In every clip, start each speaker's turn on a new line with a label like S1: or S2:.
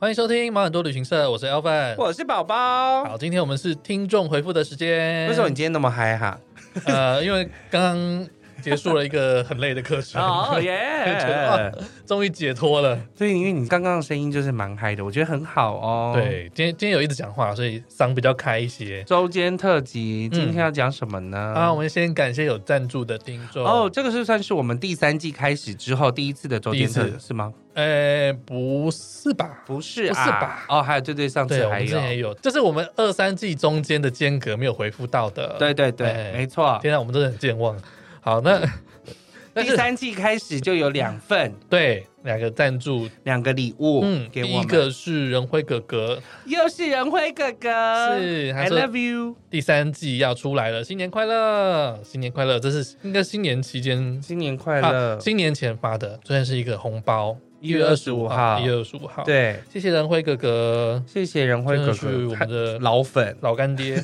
S1: 欢迎收听毛很多旅行社，我是 Alvin。
S2: 我是宝宝。
S1: 好，今天我们是听众回复的时间。
S2: 为什么你今天那么嗨哈？
S1: 呃，因为刚刚结束了一个很累的课程，
S2: 哦
S1: 觉
S2: 耶
S1: 得！哇终于解脱了。
S2: 对，因为你刚刚的声音就是蛮嗨的，我觉得很好哦。，
S1: 对，今天今天有一直讲话，所以嗓比较开一些。
S2: 周间特辑今天要讲什么呢？
S1: 啊，我们先感谢有赞助的听众。
S2: 嗯哦，，这个是算是我们第三季开始之后第一次的周间特
S1: 第一
S2: 辑是吗？
S1: 呃，不是吧？
S2: 不是啊，
S1: 不是吧
S2: 哦，还有对对，上
S1: 对，
S2: 次
S1: 我
S2: 还
S1: 们之
S2: 有，
S1: 前也有，这是我们二三季中间的间隔没有回复到的。
S2: 对对对，
S1: 哎
S2: 没错。
S1: 天啊，我们真的很健忘。好，那 但
S2: 第
S1: 是
S2: 三季开始就有两份，
S1: 对两个赞助，
S2: 两个礼物，
S1: 嗯，
S2: 给
S1: 第
S2: 我
S1: 一
S2: 们。
S1: 个是仁辉哥哥，
S2: 又是仁辉哥哥，
S1: 是他
S2: 呃 I
S1: 说
S2: love you，
S1: 第三季要出来了，新年快乐，新年快乐，这是应该新年期间。
S2: 新年快乐
S1: 啊！新年前发的，虽然是一个红包，
S2: 1月25号
S1: 一月二十五号。，
S2: 对，
S1: 谢谢仁辉哥哥，
S2: 谢谢仁辉
S1: 真
S2: 哥
S1: 的是我
S2: 哥，
S1: 们的
S2: 他老粉。
S1: 老干爹。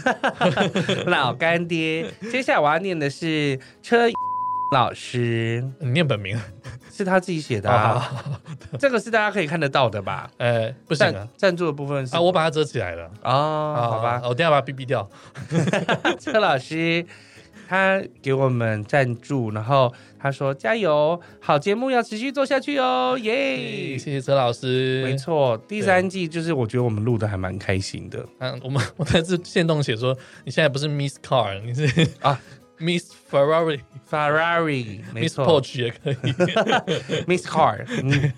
S2: 老干爹。接下来我要念的是车 老师，
S1: 你念本名啊？
S2: 是他自己写的、
S1: 好
S2: 啊，
S1: 好好
S2: 这个是大家可以看得到的吧？
S1: 呃，不行啊
S2: 赞，赞助的部分是
S1: 啊，我把啊它遮起来了。
S2: 哦，好吧，
S1: 我等一下把它哔哔掉。
S2: 车老师。他给我们赞助，然后他说：“加油，好节目要持续做下去哦，耶
S1: 谢！”谢车老师。
S2: 没错，第三季就是我觉得我们录的还蛮开心的
S1: 嗯，我们我在这线动写说，你现在不是 Miss Car，你是
S2: 啊
S1: Miss Ferrari、
S2: ，Ferrari 没
S1: Miss
S2: 错
S1: Porsche 也可以。
S2: ，Miss Car，嗯，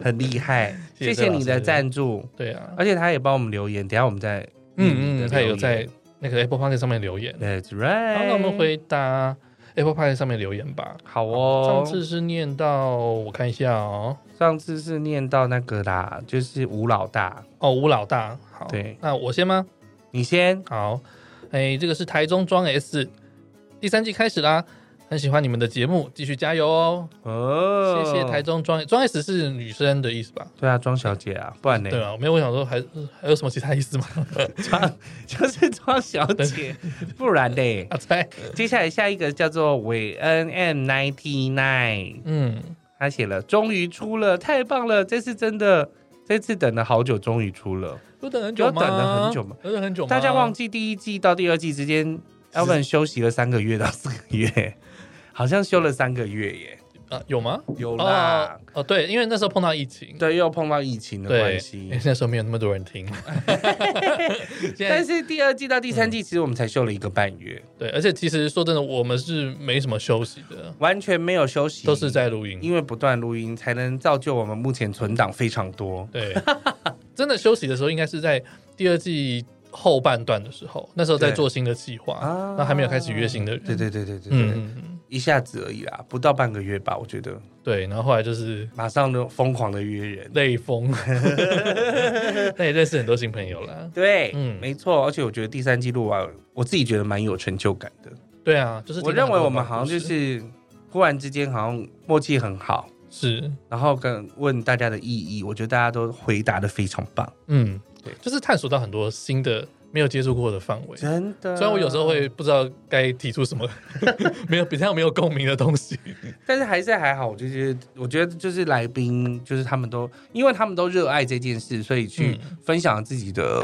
S2: 很厉害，
S1: 谢谢
S2: 谢
S1: 车
S2: 谢
S1: 老
S2: 你的
S1: 师
S2: 赞助，
S1: 对啊，
S2: 而且他也帮我们留言，等一下我们再
S1: 嗯嗯，他有在。那个 Apple Park 上面留言。
S2: That's
S1: 好，
S2: right。
S1: 那我们回答 Apple Park 上面留言吧。
S2: 好哦。
S1: 上次是念到，我看一下哦，
S2: 上次是念到那个啦，就是吴老大，
S1: 哦，吴老大，好，
S2: 对
S1: 那我先吗？
S2: 你先。
S1: 好，哎，这个是台中庄 S，第三季开始啦，很喜欢你们的节目，继续加油哦！
S2: 哦，
S1: 谢谢台。中庄庄 S 是女生的意思吧？
S2: 对啊，庄小姐啊，不然呢？
S1: 对啊，没有，我想说还还有什么其他意思吗？
S2: 庄就是庄小姐，不然呢？
S1: 阿猜，
S2: 接下来下一个叫做韦恩 M ninety nine，
S1: 嗯，
S2: 他写了，终于出了，太棒了，这次真的，这次等了好久，终于出了。
S1: 都等很久
S2: 有
S1: 吗？
S2: 等了很久吗？
S1: 等了很久吗？
S2: 大家忘记第一季到第二季之间
S1: 其实
S2: ，Elvin 休息了三个月到四个月， 好像休了三个月耶。
S1: 啊？有吗？
S2: 有啦
S1: 哦，哦，对，因为那时候碰到疫情，
S2: 对，又碰到疫情的
S1: 对
S2: 关，系
S1: 因 为。那时候没有那么多人 听。现在
S2: 但是第二季到第三
S1: 嗯
S2: 季，其实我们才休了一个半月，
S1: 对，而且其实说真的，我们是没什么休息的，
S2: 完全没有休息，
S1: 都是在录音。
S2: 嗯因为不断录音，才能造就我们目前存档非常多。
S1: 对， 真的休息的时候应该是在第二季后半段的时候，那时候在
S2: 对
S1: 做新的计划
S2: 啊，
S1: 那还没有开始约新的人。
S2: 对对对对对对，
S1: 嗯嗯嗯，
S2: 一下子而已啦，不到半个月吧，我觉得
S1: 对。然后后来就是
S2: 马上就疯狂的约人。
S1: 累 疯，那也认识很多新朋友啦。
S2: 对，
S1: 嗯
S2: 嗯，没错，而且我觉得第三季录完，我自己觉得蛮有成就感的。
S1: 对啊，就是
S2: 我
S1: 听到
S2: 认为
S1: 很多
S2: 我们好像
S1: 故事
S2: 就是忽然之间好像默契很好，
S1: 是
S2: 然后跟问大家的意义，我觉得大家都回答的非常棒，
S1: 嗯，
S2: 对
S1: 就是探索到很多新的没有接触过的范围。虽
S2: 真的。
S1: 然我有时候会，不知道该提出什 么没有比较没有共鸣的东西，
S2: 但是还是还好，我就觉得我觉得就是来宾，就是他们都因为他们都热爱这件事，所以去
S1: 嗯
S2: 分享自己的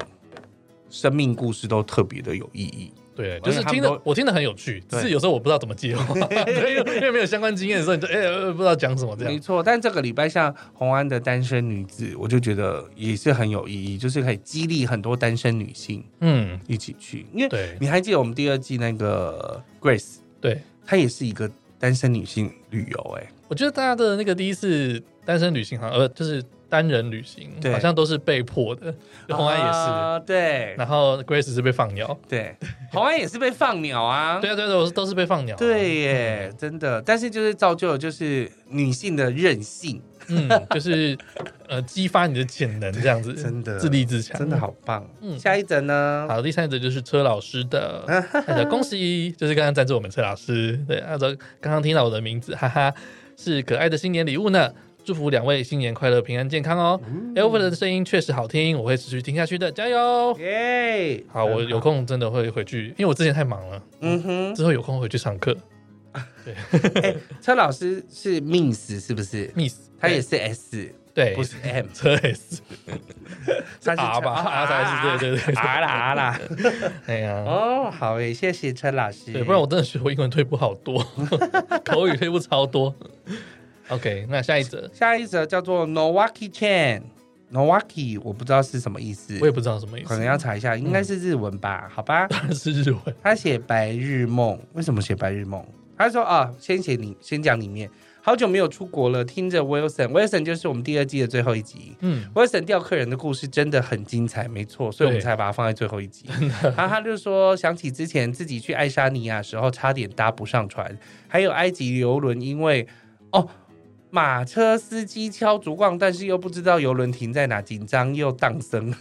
S2: 生命故事都特别的有意义。
S1: 对，就
S2: 而且
S1: 是
S2: 他们
S1: 听的
S2: 都
S1: 我听的很有趣，只是
S2: 对
S1: 有时候我不知道怎么接 话，对因为因为没有相关经验的时候，你就哎、呃不知道讲什么这
S2: 没
S1: 样。
S2: 错，但这个礼拜像红安的单身女子，我就觉得也是很有意义，就是可以激励很多单身女性
S1: 嗯，
S2: 一起去，因为
S1: 对
S2: 你还记得我们第二季那个 Grace，
S1: 对，
S2: 她也是一个单身女性旅游、欸，
S1: 我觉得大家的那个第一次单身旅行，好像呃就是单人旅行，
S2: 对
S1: 好像都是被迫的。就红安也是，
S2: 啊对
S1: 然后 Grace 是被放鸟，
S2: 对，红安也是被放鸟啊，
S1: 对啊对啊，对啊我是都是被放鸟、啊。
S2: 对耶，真的，但是就是造就了就是女性的韧性，
S1: 嗯，就是呃，激发你的潜能，这样子，
S2: 真的
S1: 自立自强，
S2: 真的。好棒。
S1: 嗯
S2: 下一则呢？
S1: 好，第三者就是车老师的，那个恭喜，就是刚刚赞助我们车老师，对，他说刚刚听到我的名字，哈哈，是可爱的新年礼物呢，祝福两位新年快乐、平安健康哦。Elvin
S2: 嗯
S1: 的声音确实好听，我会持续听下去的，加油！
S2: 耶，
S1: 好，我有空真的会回去，因为我之前太忙了，
S2: 嗯哼，
S1: 之后有空回去上课。
S2: 车老师是 Miss 是不是？
S1: Miss，
S2: 他也是 S，
S1: 对，
S2: 不是 M，
S1: 车 S 是
S2: 它是
S1: R 吧
S2: 车
S1: ？R 才是对对对
S2: ，R 啦 R 啦。
S1: 哎呀，
S2: 哦，好诶，谢谢陈老师。
S1: 对，不然我真的学我英文退步好多， 口语退步超多。OK，那下一则
S2: 下一则叫做 Nowaki Chan。Nowaki 我不知道是什么意思
S1: 我，也不知道嗯什么意
S2: 可
S1: 思，
S2: 能要查一下，应该是日文吧？好吧。
S1: 是日文。
S2: 他写白日梦， 为什么写白日梦？他说啊，先写里，先讲里面。好久没有出国了，听着 Wilson，Wilson 就是我们第二季的最后一集。
S1: 嗯，
S2: Wilson 钓客人的故事真的很精彩，没错，所以我们
S1: 对
S2: 才把它放在最后一集。然后他就说，想起之前自己去爱沙尼亚时候差点搭不上船，还有埃及游轮，因为哦。马车司机敲竹杠，但是又不知道游轮停在哪，紧张又荡生。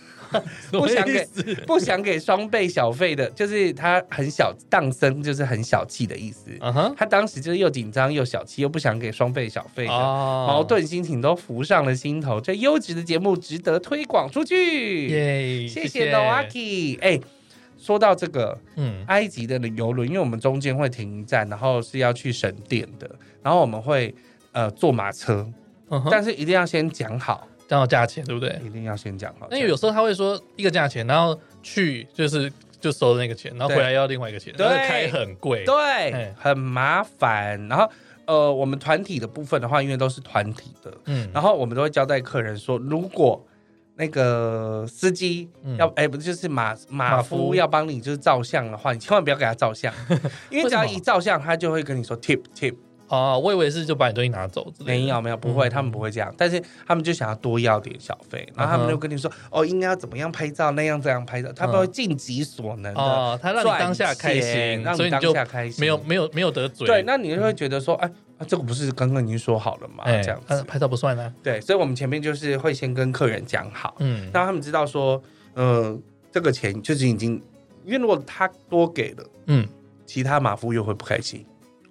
S2: 不想给
S1: 什么意思
S2: 不想给双倍小费的，就是他很小当生，就是很小气的意思。
S1: 啊哈
S2: 他当时就是又紧张又小气，又不想给双倍小费的。
S1: 哦
S2: 矛盾心情都浮上了心头，这优质的节目值得推广出去。
S1: 耶，
S2: 谢
S1: 谢
S2: 谢 Noaki。哎、说到这个
S1: 嗯
S2: 埃及的游轮，因为我们中间会停一站，然后是要去省电的，然后我们会呃坐马车，
S1: 嗯哼，
S2: 但是一定要先讲好，
S1: 这样有价钱对不对？
S2: 一定要先讲好。
S1: 那有时候他会说一个价钱，然后去就是就收那个钱，然后
S2: 对
S1: 回来要另外一个钱，
S2: 对
S1: 然后开很贵。
S2: 对
S1: 哎，
S2: 很麻烦。然后呃，我们团体的部分的话，因为都是团体的，
S1: 嗯，
S2: 然后我们都会交代客人说，如果那个司机
S1: 嗯
S2: 要哎、不就是马马
S1: 马
S2: 夫
S1: 夫
S2: 要帮你就是照相的话，你千万不要给他照相， 因为只要
S1: 为什么
S2: 一照相，他就会跟你说 tip tip。
S1: 哦，我以为是就把你东西拿走之类的。
S2: 没有没有不会，
S1: 嗯
S2: 他们不会这样，但是他们就想要多要点小费，然后他
S1: 嗯
S2: 们
S1: 哼
S2: 就跟你说哦，应该要怎么样拍照，那样这样拍照，他们
S1: 嗯
S2: 会尽己所能的
S1: 哦，他让你
S2: 赚
S1: 当下开
S2: 钱
S1: 心，
S2: 让
S1: 所以
S2: 你
S1: 你
S2: 当
S1: 就
S2: 下开心，
S1: 没有没有没有得罪。
S2: 对，那你就会觉得说，哎、啊，这个不是刚刚已经说好了吗？
S1: 哎，
S2: 这样
S1: 呃
S2: 子，
S1: 拍照不算啊。
S2: 对，所以我们前面就是会先跟客人讲好，
S1: 嗯，
S2: 让他们知道说，呃，这个钱就是已经，因为如果他多给了，
S1: 嗯，
S2: 其他马夫又会不开心。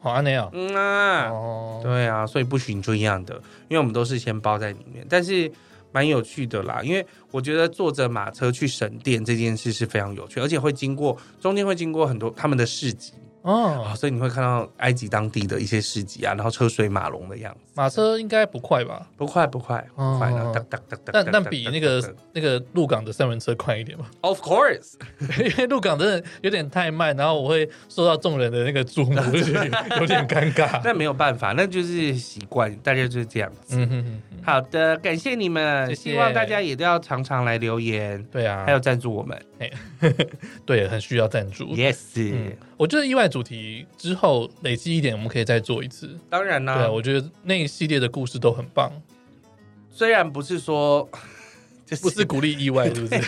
S1: 好安内哦。
S2: 嗯啊，
S1: 哦，
S2: 对啊，所以不许这样的，因为我们都是先包在里面，但是。蛮有趣的啦，因为我觉得坐着马车去省电这件事是非常有趣，而且会经过中间会经过很多他们的市集，啊，
S1: 哦，
S2: 所以你会看到埃及当地的一些市集啊，然后车水马龙的样子。
S1: 马车应该不快吧？
S2: 不快不快不快，
S1: 哦
S2: 然后哒哒哒哒。
S1: 但
S2: 哒
S1: 但
S2: 哒
S1: 比
S2: 哒
S1: 那
S2: 哒
S1: 个
S2: 哒
S1: 那个鹿港的三轮车快一 点吧，
S2: ，of course，
S1: 因为鹿港真的有点太慢，然后我会受到众人的那个注 目，就是有有点尴 尬。
S2: 那没有办法，那就是习惯，大家就是这样子。
S1: 嗯哼哼哼，
S2: 好的，感谢你们，
S1: 谢谢
S2: 希望大家也都要常常来留言，
S1: 对啊，
S2: 还有赞助我们。
S1: 对，很需要赞助。
S2: Yes，
S1: 嗯，我觉得意外主题之后累积一点，我们可以再做一次。
S2: 当然
S1: 对啊，
S2: 啦，
S1: 我觉得那一系列的故事都很棒，
S2: 虽然不是说。 就
S1: 不是鼓励意外，是不是？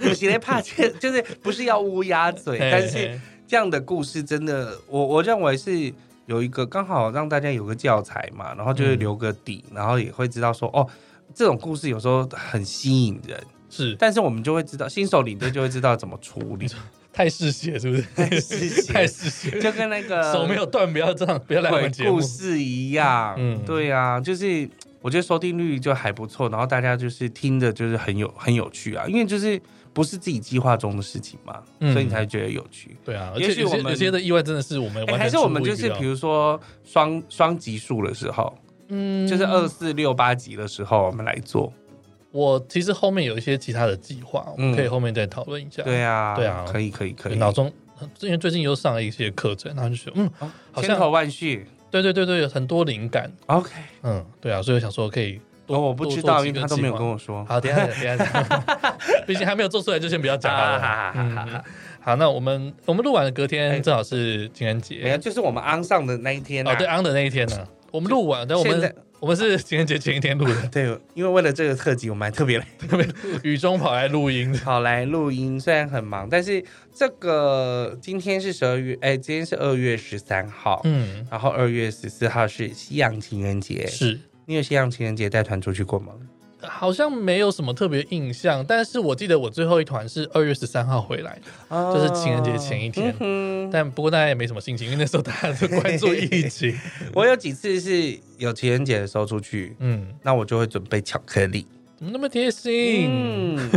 S2: 不是在怕， 就是不是要乌鸦嘴，
S1: 嘿
S2: 但是
S1: 嘿
S2: 这样的故事真的，我我认为是有一个刚好让大家有个教材嘛，然后就会
S1: 嗯
S2: 留个底，然后也会知道说哦，这种故事有时候很吸引人，
S1: 是
S2: 但是我们就会知道新手领队就会知道怎么处 理，哎
S1: 太嗜血，是不
S2: 太
S1: 是？
S2: 嗜血
S1: 太嗜血，
S2: 就跟那个
S1: 手没有断，不要这样，不要来我
S2: 呃鬼
S1: 们节目
S2: 故。事一样，
S1: 嗯
S2: 对啊，就是我觉得收听率就还不错，然后大家就是听着就是很有很有趣啊，因为就是不是自己计划中的事情嘛，
S1: 嗯
S2: 所以你才觉得有趣。
S1: 对啊，而
S2: 也
S1: 且
S2: 许
S1: 有些
S2: 我们
S1: 有些的意外真的是我们
S2: 哎、
S1: 完全
S2: 还是
S1: 出乎
S2: 我们
S1: 意
S2: 就是
S1: 料
S2: 比如说双双级数的时候，
S1: 嗯
S2: 就是二四六八级的时候，我们来做。
S1: 我其实后面有一些其他的计划，我
S2: 嗯
S1: 们可以后面再讨论一下。
S2: 对啊，
S1: 对啊
S2: 可以可以可
S1: 对，
S2: 以，
S1: 脑中因为最近又上了一些课程，然后就觉得嗯，
S2: 哦
S1: 好
S2: 千
S1: 像
S2: 头万绪。
S1: 对对对对，有很多灵感。
S2: OK，哦
S1: 嗯，对啊，所以我想说可以
S2: 我我不知
S1: 多
S2: 道，
S1: 做
S2: 因
S1: 几
S2: 为
S1: 个
S2: 他都没有
S1: 计划
S2: 跟我说。
S1: 好，等一下 等一下，等一下 毕竟还没有做出来，就先不要讲好了。
S2: 啊
S1: 嗯好，那我们我们录完的隔
S2: 哎
S1: 天正好是情人
S2: 没有，
S1: 节
S2: 就是我们安上的那一天、啊、
S1: 哦，对，on 的那一天呢，我们录完，但我
S2: 现在
S1: 们我们是情人节前一天录的，
S2: 对，因为为了这个特辑，我们还特别来
S1: 雨中跑来录音。
S2: 跑来录音，虽然很忙，但是这个今天是十二月，哎，今天是二月十三号，
S1: 嗯，
S2: 然后二月十四号是西洋情人节。
S1: 是，
S2: 你有西洋情人节带团出去过吗？
S1: 好像没有什么特别印象，但是我记得我最后一团是二月十三号回来的，哦就是情人节前一天
S2: 哦嗯哼
S1: 但不过大家也没什么心情，因为那时候大家都关注疫 情。
S2: 我有几次是有情人节的时候出去，
S1: 嗯，
S2: 那我就会准备巧克力。
S1: 怎么那么贴心？
S2: 嗯，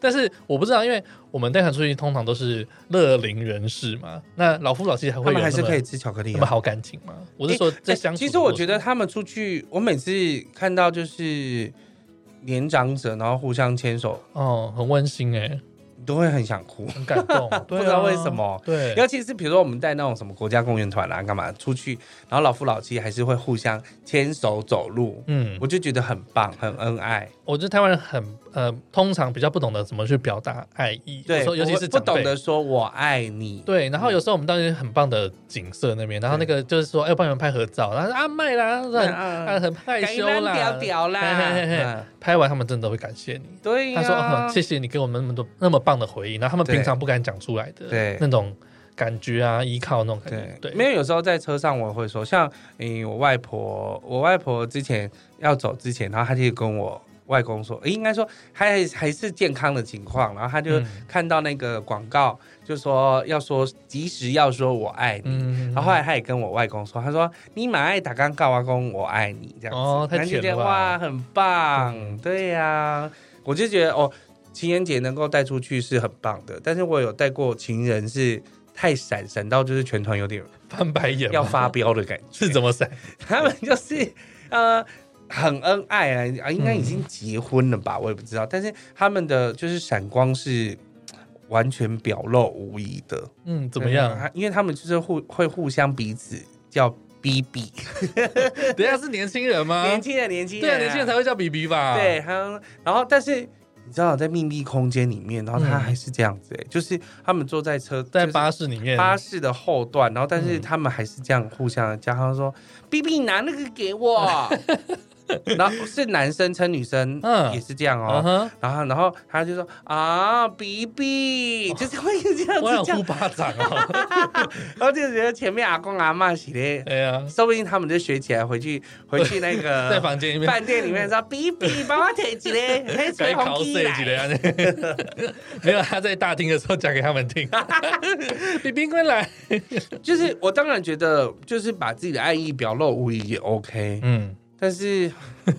S1: 但是我不知道，因为我们带团出去通常都是乐龄人士嘛，那老夫老妻还
S2: 他
S1: 会有
S2: 们还是
S1: 那么
S2: 可以吃巧克力、
S1: 那
S2: 啊
S1: 么。好感情吗？我是说在
S2: 欸
S1: 相处的过程、
S2: 其实我觉得他们出去，我每次看到就是年长者，然后互相牵手，
S1: 哦，很温馨哎、
S2: 你都会很想哭。
S1: 很感动，对啊
S2: 不知道为什么
S1: 对，
S2: 尤其是比如说我们带那种什么国家公园团啊啦，干嘛出去，然后老夫老妻还是会互相牵手走路，
S1: 嗯，
S2: 我就觉得很棒，很恩爱。
S1: 我觉得台湾人很呃，通常比较不懂得怎么去表达爱意，有
S2: 对
S1: 时候，尤其
S2: 我
S1: 是
S2: 不
S1: 长辈
S2: 懂得说我爱你，
S1: 对，然后有时候我们到一些很棒的景色那边，然后那个就是说，哎，我帮你们拍合照，然后说啊卖啦，
S2: 嗯，
S1: 很啊很害羞啦，
S2: 屌屌啦，
S1: 嘿嘿嘿嘿
S2: 嗯
S1: 拍完他们真的会感谢你。
S2: 对
S1: 他说、
S2: 呀
S1: 哦，谢谢你给我们那么多那么棒的回忆，然后他们
S2: 对
S1: 平常不敢讲出来的
S2: 对
S1: 那种感觉啊，依靠那种感觉
S2: 对，，
S1: 对，
S2: 没有。有时候在车上我会说，像诶、我外婆，我外婆之前要走之前，然后她就跟我外公说，诶应该说还还是健康的情况，然后她就
S1: 嗯
S2: 看到那个广告，就说要说及时要说我爱你。
S1: 嗯
S2: 然后后来她也跟我外公说，她说你马爱打刚告阿公我爱你这样子，
S1: 哦太
S2: 然后就
S1: 甜
S2: 觉得
S1: 了吧
S2: 哇，很棒，
S1: 嗯
S2: 对呀、我就觉得哦，情人节能够带出去是很棒的，但是我有带过情人是太闪闪到就是全团有点
S1: 翻白眼
S2: 要
S1: 吗
S2: 发飙的感 觉。
S1: 是怎么闪？
S2: 他们就是呃很恩爱啊，啊应该已经结婚了吧，我也不知道。但是他们的就是闪光是呃完全表露无遗的，
S1: 嗯，怎么样？
S2: 对？因为他们就是互会互相彼此叫 BB，、
S1: 等一下是年轻人吗？
S2: 年轻人年轻人、
S1: 对啊，年轻人才会啊叫 BB 吧？
S2: 对，，他然后但是。你知道，在秘密空间里面，然后他
S1: 嗯
S2: 还是这样子、欸就是他们坐在车，
S1: 在
S2: 就是
S1: 巴士里面，
S2: 巴士的后段，然后但是
S1: 嗯
S2: 他们还是这样互相加上说：“B B，拿那个 给我。”然后是男生称女生，
S1: 嗯
S2: 也是这样
S1: 嗯
S2: 哦。
S1: 哼，
S2: 然后，然后他就说啊，B B，就是会这样
S1: 我
S2: 子
S1: 想
S2: 讲
S1: 呼，巴掌哦。
S2: 然后就觉得前面阿公阿妈洗的，
S1: 哎呀，
S2: 说不定他们就学起来，回 去回去那
S1: 在
S2: 个
S1: 房间里 面
S2: 饭店里面说 B B，帮 我提起来，黑
S1: 该
S2: 吹
S1: 考
S2: 红
S1: 试
S2: 机
S1: 几
S2: 来。
S1: 的样 没有，他在大厅的时候讲给他们 听。比冰棍来，
S2: 就是我当然觉得，就是把自己的爱意表露无遗也 OK，
S1: 嗯，
S2: 但是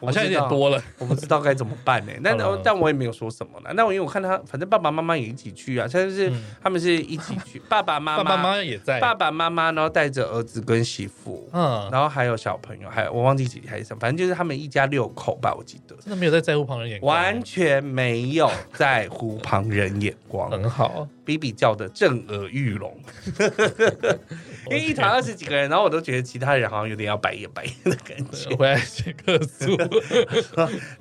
S2: 我
S1: 好
S2: 不
S1: 像有
S2: 知
S1: 点
S2: 道，
S1: 多嗯了。
S2: 我不知道该怎么 办呢、但
S1: 好了
S2: 但我也没有说什么了。那我因为我看他，反正爸爸妈妈也一起去啊，他就是、
S1: 嗯
S2: 他们是一起 去，爸爸妈
S1: 爸
S2: 妈、
S1: 爸妈妈也在，
S2: 爸爸妈妈，然后带着儿子跟媳妇，
S1: 嗯，
S2: 然后还有小朋友，还有我忘记几还是什么，反正就是他们一家六口吧，我记得。
S1: 真的没有在在乎旁人眼光，嗯
S2: 完全没有在乎旁人眼光，
S1: 很好。
S2: 比比叫的震耳欲 聋。因为一团二十几个人，然后我都觉得其他人好像有点要白眼白眼的感 觉。
S1: 回来写个 诉，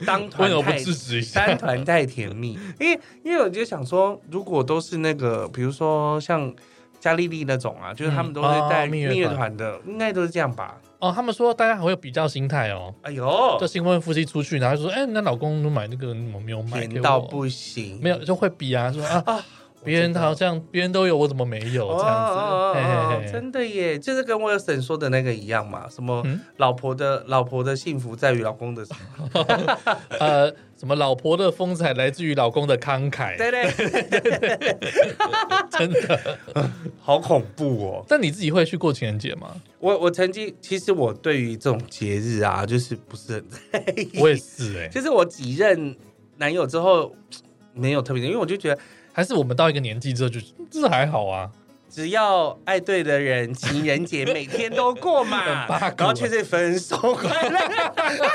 S2: 当团
S1: 为什么不
S2: 太
S1: 支持一下
S2: 单？团太甜蜜， 因为因为我就想说，如果都是那个，比如说像加利利那种啊，就是他们都是带
S1: 嗯哦
S2: 蜜
S1: 蜜月
S2: 月
S1: 团
S2: 团的，应该都是这样吧？
S1: 哦，他们说大家还会有比较心态哦，
S2: 哎呦
S1: 就，新婚夫妻出去，然后说，哎，那老公都买那个，你怎么没有买给
S2: 甜
S1: 我？
S2: 到不行，
S1: 没有就会比啊，说啊，
S2: 啊，我
S1: 别人
S2: 知道
S1: 好像别人都有，我怎么没有
S2: 哦
S1: 这
S2: 哦哦哦
S1: 样子？嘿嘿嘿，
S2: 真的耶，就是跟我有婶说的那个一样嘛，什么
S1: 嗯
S2: 老婆的老婆的幸福在于老公的，
S1: 呃，什么老婆的风采来自于老公的慷慨，
S2: 对对，
S1: 哎 真的。
S2: 好恐怖哦。
S1: 但你自己会去过情人节吗？
S2: 我我曾经其实我对于这种节日啊，就是不是很 在意，
S1: 我也是哎，
S2: 就是我几任男友之后没有特别的，因为我就觉得
S1: 还是我们到一个年纪之后就这还好啊，
S2: 只要爱对的人，情人节每天都过嘛
S1: 很八股，
S2: 然后却是分手快乐。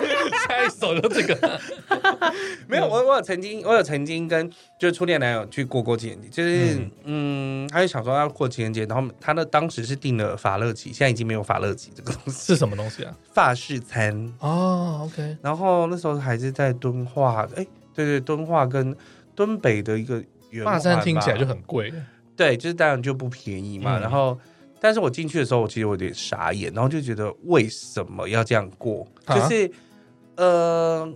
S1: 下一首就这个，
S2: 没
S1: 嗯
S2: 有，我我有曾经我有曾经跟就是初恋男友去过过情人节，就是嗯他就想说要过情人节，然后他呢当时是订了法乐奇，现在已经没有法乐奇这个东西，
S1: 是什么东西啊？
S2: 法式餐。
S1: 哦，OK，
S2: 然后那时候还是在敦化，哎，对对，敦化跟敦北的一个圆
S1: 霸
S2: 山
S1: 山听起来就很贵，
S2: 对，就是当然就不便宜嘛。
S1: 嗯
S2: 然后，但是我进去的时候，我其实我有点傻眼，然后就觉得为什么要这样过？
S1: 啊
S2: 就是，呃，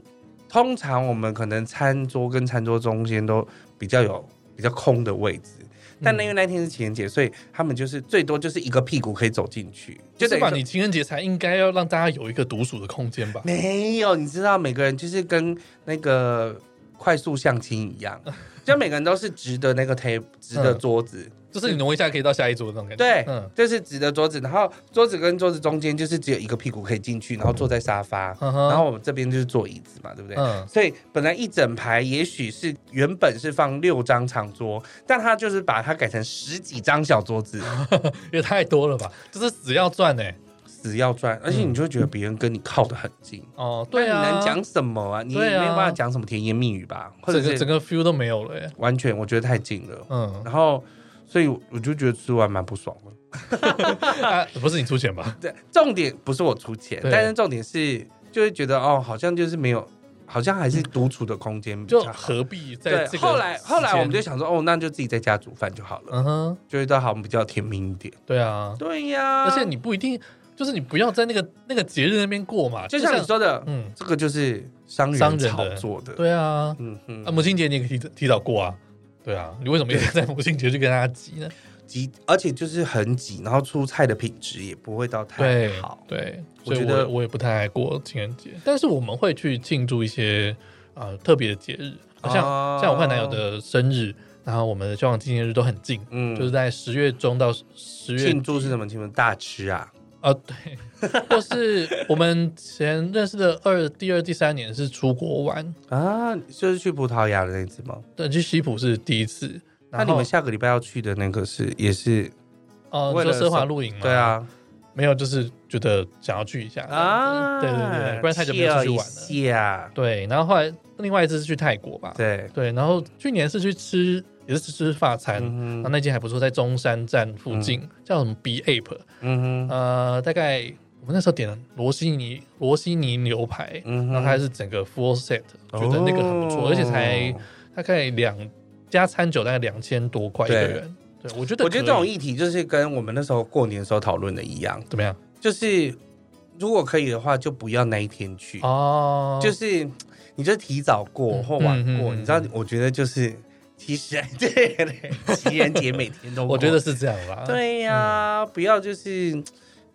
S2: 通常我们可能餐桌跟餐桌中间都比较有比较空的位置。
S1: 嗯
S2: 但那因为那天是情人节，所以他们就是最多就是一个屁股可以走进去，就等
S1: 是
S2: 于
S1: 吧？
S2: 说嗯
S1: 你情人节才应该要让大家有一个独处的空间吧？
S2: 没有，你知道每个人就是跟那个快速相亲一 样，就每个人都是直的那个 table，直
S1: 嗯
S2: 的桌子，
S1: 就是你挪一下可以到下一桌的那种感觉。
S2: 对
S1: 嗯
S2: 就是直的桌子，然后桌子跟桌子中间就是只有一个屁股可以进去，然后坐在沙发，
S1: 嗯哼
S2: 然后我们这边就是坐椅子嘛，对不对？
S1: 嗯
S2: 所以本来一整排也许是原本是放六张长桌，但他就是把它改成十几张小桌子，
S1: 嗯因为太多了吧，就是死要赚哎、
S2: 死要赚，而且你就会觉得别人跟你靠得很近。
S1: 哦，嗯对
S2: 那
S1: 啊，
S2: 你能讲什么啊？你也没
S1: 对啊
S2: 有办法讲什么甜言蜜语吧，或者
S1: 整个整
S2: 是
S1: 个 feel 都没有了、欸，
S2: 完全我觉得太近了。
S1: 嗯，
S2: 然后，所以我就觉得吃完蛮不爽的。
S1: 啊、不是你出钱 吧？
S2: 对，重点不是我出钱，
S1: 对
S2: 但是重点是就会觉得哦，好像就是没有，好像还是独处的空间比
S1: 就
S2: 较好。
S1: 何必在
S2: 对，
S1: 这个
S2: 后来
S1: 时间
S2: 后来我们就想说，哦，那就自己在家煮饭就好了，
S1: 嗯哼，
S2: 就觉得好像比较甜蜜一点。
S1: 对啊，
S2: 对呀，
S1: 而且你不一定就是你不要在那个那个节日那边过嘛，
S2: 就像你说的，
S1: 嗯，
S2: 这个就是商
S1: 商
S2: 人
S1: 人
S2: 炒
S1: 的
S2: 作的。
S1: 对啊，
S2: 嗯哼
S1: 啊，母亲节你也可以提提早过啊，对啊，你为什么一直在母亲节就跟大家挤呢？
S2: 挤，而且就是很挤，然后出菜的品质也不会到太
S1: 对
S2: 好，。
S1: 对，
S2: 我
S1: 所以
S2: 觉得
S1: 我我也不太爱过情人节，但是我们会去庆祝一些呃特别的节日，好像、
S2: 哦
S1: 像我和男友的生日，然后我们的交往纪念日都很近，
S2: 嗯
S1: 就是在十月中到十月
S2: 庆祝是什么？庆祝大吃啊！
S1: 啊，对，或是我们前认识的二第二第三年是出国玩，
S2: 啊，就是去葡萄牙的那次吗？
S1: 对，去西普是第一次。
S2: 那
S1: 然
S2: 你
S1: 后
S2: 们下个礼拜要去的那个是也是
S1: 哦，
S2: 为
S1: 你
S2: 了
S1: 说奢华
S2: 什
S1: 露营吗？
S2: 对，啊
S1: 没有，就是觉得想要去一下啊，
S2: 啊，
S1: 对对对，不然太久没有出去玩了。
S2: 了。
S1: 对，然后后来另外一次是去泰国吧，
S2: 对，
S1: 对，然后去年是去吃，也是吃吃法餐，
S2: 嗯
S1: 然后
S2: 哼，
S1: 那间还不错，在中山站附近，叫什么 B App，
S2: 嗯哼，
S1: 呃，大概我们那时候点了罗西尼罗西尼牛排，
S2: 嗯哼
S1: 然后它还是整个 full set，、觉得那个很不错，
S2: 哦
S1: 而且才大概两加餐酒大概两千多块一个人，对我觉得
S2: 我
S1: 可
S2: 觉得
S1: 以
S2: 这种议题就是跟我们那时候过年的时候讨论的一样，
S1: 怎么样？
S2: 就是如果可以的话，就不要那一天去，
S1: 哦，
S2: 就是你就提早过
S1: 嗯
S2: 或晚过，
S1: 嗯嗯嗯
S2: 你知道？我觉得就是其实 对情人节每天都过，
S1: 我觉得是这样啦，
S2: 对呀、
S1: 嗯
S2: 不要就是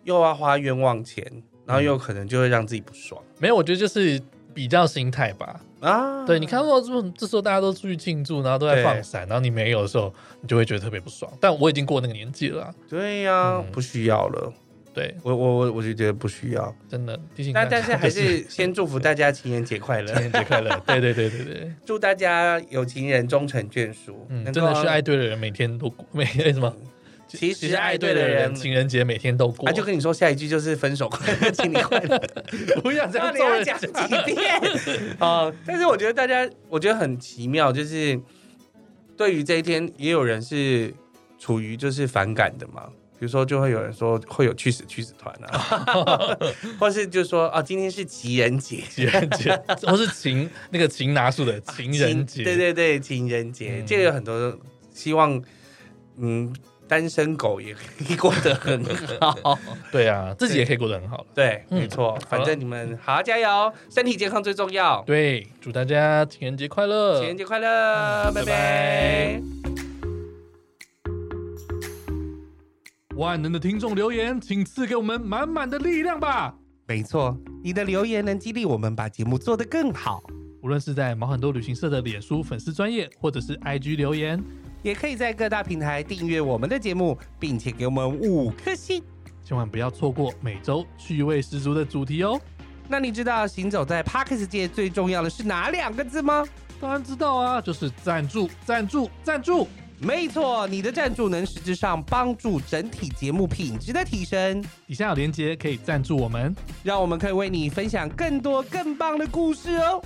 S2: 又要花冤枉钱，然后又可能就会让自己不爽
S1: 没有，我觉得就是比较心态吧。
S2: 啊。
S1: 嗯对，你看到这么这时候大家都出去庆祝，然后都在
S2: 对
S1: 放闪，然后你没有的时候，你就会觉得特别不爽。但我已经过那个年纪了啊，
S2: 对呀、
S1: 嗯
S2: 不需要了。
S1: 对，
S2: 我我我我就觉得不需要。
S1: 真的提醒大
S2: 那
S1: 家。
S2: 但 是还
S1: 就是
S2: 先祝福大家情人节快乐
S1: 情，人节快乐，对对对对对，
S2: 祝大家有情人终成眷属。
S1: 嗯，
S2: 能
S1: 真
S2: 够
S1: 的是爱对的人，每天都过，每哎什么？
S2: 其实爱对的
S1: 的
S2: 人
S1: 情人节每天都过，
S2: 啊，就跟你说下一句就是分手快乐，情侣快乐。
S1: 不要这
S2: 到
S1: 样
S2: 底
S1: 做
S2: 要
S1: 人
S2: 讲
S1: 家。
S2: 几遍？ 哦，但是我觉得大家，我觉得很奇妙，就是对于这一天，也有人是处于就是反感的嘛。比如说，就会有人说会有去死去死团啊， 或是就说啊，今天是情人节，
S1: 情人节， 或是情那个擒拿术的情人节，
S2: 哦对对对，情人节，
S1: 嗯
S2: 这个有很多希望，嗯，单身狗也可以过得很 好。
S1: 对啊，自己也可以过得很好了。
S2: 对，
S1: 嗯
S2: 没错，反
S1: 好了
S2: 正你们好好加油，身体健康最重要。
S1: 对，祝大家情人节快乐，
S2: 情人节快乐，
S1: 拜
S2: 拜拜
S1: 拜。万能的听众留言，请赐给我们满满的力量吧！
S2: 没错，你的留言能激励我们把节目做得更好，
S1: 无论是在毛很多旅行社的脸书粉丝专业，或者是 IG 留言，
S2: 也可以在各大平台订阅我们的节目，并且给我们五颗星。
S1: 千万不要错过每周趣味十足的主题哦。
S2: 那你知道行走在 Parkes 界最重要的是哪两个字吗？
S1: 当然知道啊，就是赞助，赞助，赞助。
S2: 没错，你的赞助能实质上帮助整体节目品质的提升，
S1: 底下有链接可以赞助我们。
S2: 让我们可以为你分享更多更棒的故事哦。